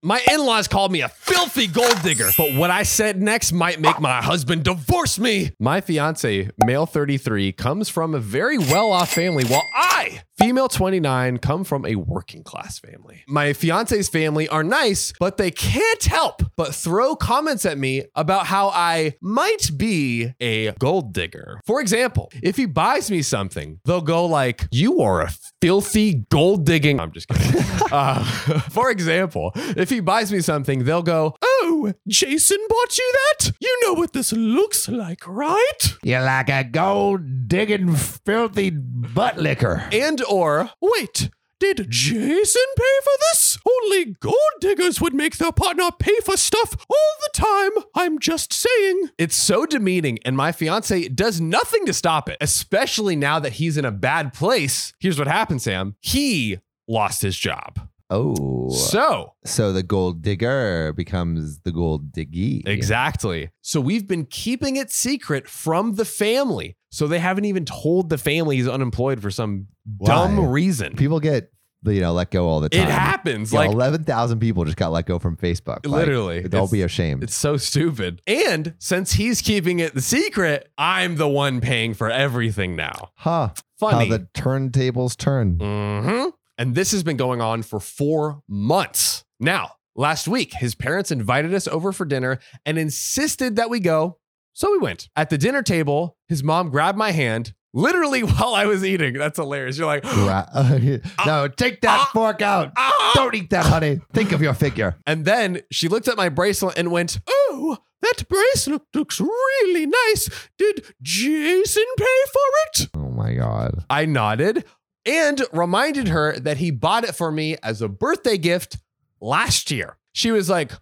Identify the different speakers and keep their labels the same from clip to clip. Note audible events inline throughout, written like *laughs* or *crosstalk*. Speaker 1: My in laws called me a filthy gold digger, but what I said next might make my husband divorce me. My fiance, male 33, comes from a very well off family, while I, female 29, come from a working class family. My fiance's family are nice, but they can't help but throw comments at me about how I might be a gold digger. For example, if he buys me something, they'll go like, You are a filthy gold digging. I'm just kidding. Uh, *laughs* for example, if he buys me something, they'll go, Oh, Jason bought you that? You know what this looks like, right?
Speaker 2: You're like a gold digging, filthy butt licker.
Speaker 1: And or, Wait, did Jason pay for this? Only gold diggers would make their partner pay for stuff all the time. I'm just saying. It's so demeaning, and my fiance does nothing to stop it, especially now that he's in a bad place. Here's what happened, Sam. He lost his job.
Speaker 2: Oh.
Speaker 1: So
Speaker 2: So the gold digger becomes the gold diggy.
Speaker 1: Exactly. So we've been keeping it secret from the family. So they haven't even told the family he's unemployed for some dumb
Speaker 2: Why?
Speaker 1: reason.
Speaker 2: People get, you know, let go all the time.
Speaker 1: it happens.
Speaker 2: Yeah,
Speaker 1: like
Speaker 2: 11,000 people just got let go from Facebook. Like,
Speaker 1: literally.
Speaker 2: don't
Speaker 1: It's-
Speaker 2: be ashamed.
Speaker 1: It's so stupid. And since he's keeping it the secret, I'm the one paying for everything now.
Speaker 2: huh.
Speaker 1: Funny.
Speaker 2: How the turntables turn.
Speaker 1: Mhm. And this has been going on for four months. Now, last week, his parents invited us over for dinner and insisted that we go. So we went. At the dinner table, his mom grabbed my hand literally *laughs* while I was eating. That's hilarious. You're like,
Speaker 2: Right. *laughs* no, take that
Speaker 1: Ah.
Speaker 2: fork out.
Speaker 1: ah!
Speaker 2: Don't eat that, honey. Think of
Speaker 1: *laughs*
Speaker 2: your figure.
Speaker 1: And then she looked at my bracelet and went, Oh, that bracelet looks really nice. Did Jason pay for it?
Speaker 2: Oh my God.
Speaker 1: I nodded and reminded her that he bought it for me as a birthday gift last year. She was like,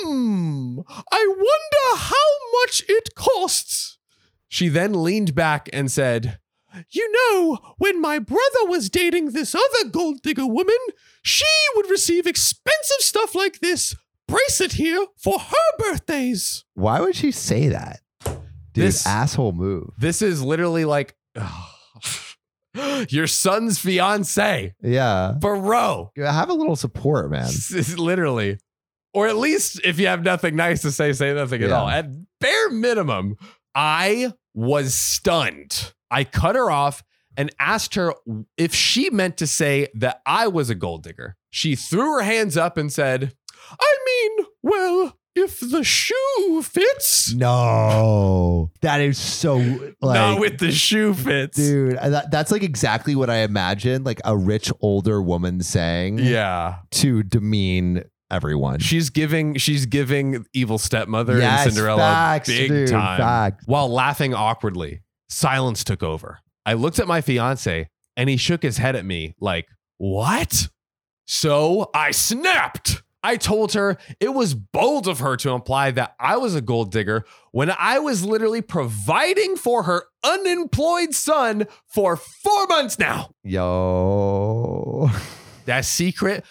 Speaker 1: Hmm, I wonder how much it costs. She then leaned back and said, You know, when my brother was dating this other gold digger woman, she would receive expensive stuff like this bracelet here for her birthdays.
Speaker 2: Why would she say that? Dude,
Speaker 1: This-
Speaker 2: asshole move.
Speaker 1: This is literally like *sighs* your son's fiance,
Speaker 2: Yeah.
Speaker 1: bro.
Speaker 2: Yeah, Have a little support, man.
Speaker 1: S- *laughs* s- Literally. Or at least if you have nothing nice to say, say nothing at
Speaker 2: Yeah.
Speaker 1: all. At bare minimum, I was stunned. I cut her off and asked her if she meant to say that I was a gold digger. She threw her hands up and said, I mean, well, if the shoe fits.
Speaker 2: No, that is so
Speaker 1: Not
Speaker 2: like,
Speaker 1: with the shoe fits.
Speaker 2: dude. I- That, that's like exactly what I imagined, like a rich older woman saying,
Speaker 1: Yeah.
Speaker 2: to demean everyone.
Speaker 1: She's giving she's giving evil stepmother
Speaker 2: Yes,
Speaker 1: and Cinderella
Speaker 2: facts,
Speaker 1: big
Speaker 2: dude,
Speaker 1: time.
Speaker 2: facts.
Speaker 1: While laughing awkwardly, silence took over. I looked at my fiance and he shook his head at me like, "What?" So I snapped. I told her it was bold of her to imply that I was a gold digger when I was literally providing for her unemployed son for 4 months now.
Speaker 2: Yo, *laughs*
Speaker 1: That secret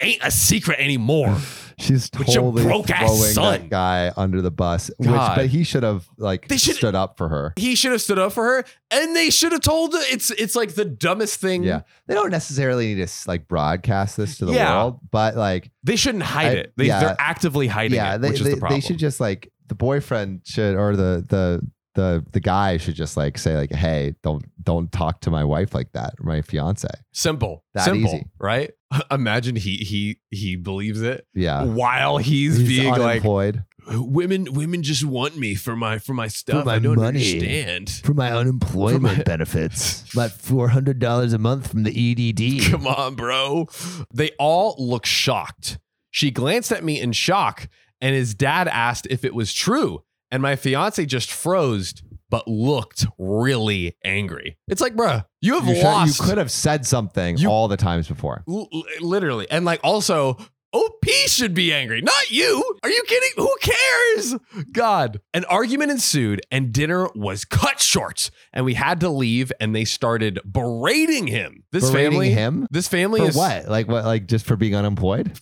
Speaker 1: ain't a secret anymore.
Speaker 2: she's
Speaker 1: With your
Speaker 2: totally throwing
Speaker 1: broke-ass son.
Speaker 2: that guy under the bus. Which,
Speaker 1: God.
Speaker 2: but he should have like
Speaker 1: They should-
Speaker 2: stood up for her.
Speaker 1: he should have stood up for her and they should have told her it's it's like the dumbest thing
Speaker 2: Yeah, they don't necessarily need to like broadcast this to the
Speaker 1: Yeah.
Speaker 2: world, but like
Speaker 1: they shouldn't hide
Speaker 2: I-
Speaker 1: it they,
Speaker 2: yeah.
Speaker 1: they're actively hiding
Speaker 2: yeah,
Speaker 1: it
Speaker 2: they,
Speaker 1: which
Speaker 2: they,
Speaker 1: is the problem
Speaker 2: they should just like the boyfriend should or the the the the guy should just like say like, hey, don't don't talk to my wife like that or my fiance.
Speaker 1: simple
Speaker 2: That
Speaker 1: simple
Speaker 2: easy.
Speaker 1: right *laughs* imagine he he he believes it
Speaker 2: Yeah,
Speaker 1: while he's, being like
Speaker 2: unemployed
Speaker 1: women women just want me for my for my stuff
Speaker 2: my
Speaker 1: i don't
Speaker 2: money.
Speaker 1: understand
Speaker 2: for my unemployment
Speaker 1: For my-
Speaker 2: benefits,
Speaker 1: *laughs*
Speaker 2: about four hundred dollars a month from the E EDD.
Speaker 1: come on bro they all look shocked she glanced at me in shock and his dad asked if it was true and my fiance just froze but looked really angry it's like bruh you have
Speaker 2: You, should- you
Speaker 1: lost
Speaker 2: could have said something
Speaker 1: You-
Speaker 2: all the times before.
Speaker 1: L- l- literally and like also op should be angry not you are you kidding who cares god an argument ensued and dinner was cut short and we had to leave and they started berating him this
Speaker 2: Berating
Speaker 1: family
Speaker 2: him
Speaker 1: this family
Speaker 2: for
Speaker 1: is
Speaker 2: what? Like what? Like just for being unemployed?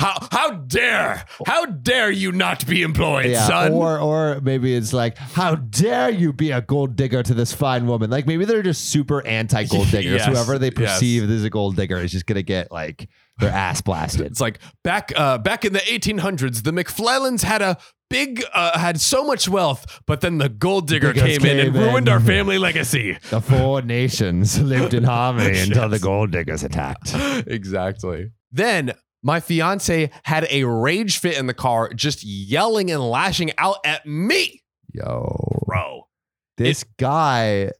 Speaker 1: How how dare how dare you not be employed,
Speaker 2: yeah.
Speaker 1: son?
Speaker 2: Or or maybe it's like, how dare you be a gold digger to this fine
Speaker 1: *laughs*
Speaker 2: woman? Like maybe they're just super anti gold diggers.
Speaker 1: Yes,
Speaker 2: Whoever they
Speaker 1: yes.
Speaker 2: perceive as a gold digger is just gonna get like They're ass blasted.
Speaker 1: It's like back uh, back in the 1800s, the McFlellins had a big uh, had so much wealth, but then the gold digger
Speaker 2: Diggers
Speaker 1: came, in and
Speaker 2: came in.
Speaker 1: ruined
Speaker 2: *laughs*
Speaker 1: our family legacy. *laughs*
Speaker 2: the four nations *laughs* lived in harmony until the gold diggers attacked.
Speaker 1: exactly. Then my fiance had a rage fit in the car, just yelling and lashing out at me,
Speaker 2: Yo,
Speaker 1: bro. *sighs*
Speaker 2: this guy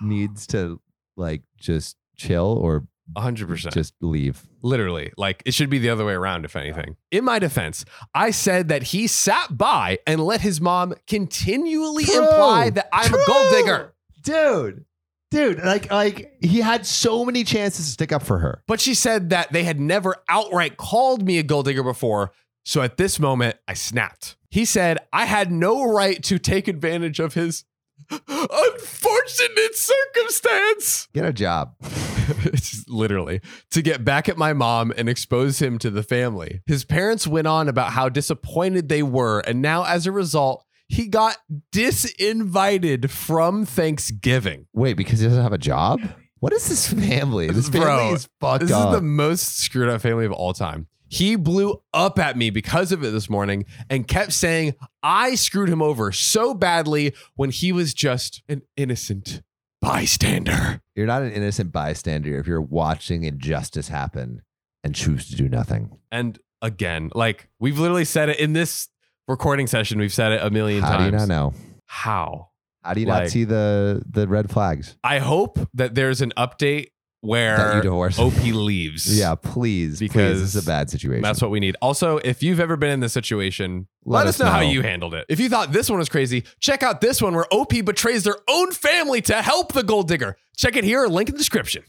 Speaker 2: needs to like just chill or
Speaker 1: 100%.
Speaker 2: just leave.
Speaker 1: Literally, like it should be the other way around, if anything. In my defense, I said that he sat by and let his mom continually
Speaker 2: True.
Speaker 1: imply that I'm a gold digger,
Speaker 2: dude. Dude, like like he had so many chances to stick up for her.
Speaker 1: but she said that they had never outright called me a gold digger before. So at this moment, I snapped. He said I had no right to take advantage of his *laughs* unfortunate circumstance.
Speaker 2: Get a job.
Speaker 1: *laughs* Just literally to get back at my mom and expose him to the family. His parents went on about how disappointed they were, and now as a result, he got disinvited from Thanksgiving.
Speaker 2: Wait, because he doesn't have a job? What is this family? This family
Speaker 1: Bro,
Speaker 2: is fucked
Speaker 1: This
Speaker 2: up.
Speaker 1: is the most screwed up family of all time. He blew up at me because of it this morning and kept saying I screwed him over so badly when he was just an innocent bystander.
Speaker 2: you're not an innocent bystander if you're watching injustice happen and choose to do nothing.
Speaker 1: And again, like we've literally said it in this recording session, we've said it a million
Speaker 2: How
Speaker 1: times.
Speaker 2: do you not know?
Speaker 1: How?
Speaker 2: How do you
Speaker 1: Like-
Speaker 2: not see the the red flags?
Speaker 1: I hope that there's an update
Speaker 2: That you
Speaker 1: where
Speaker 2: divorce.
Speaker 1: OP leaves.
Speaker 2: yeah, please,
Speaker 1: Because
Speaker 2: please. This is a bad situation.
Speaker 1: That's what we need. Also, if you've ever been in this situation, let, us know, how you handled it. If you thought this one was crazy, check out this one where OP betrays their own family to help the gold digger. Check it here, link in the description.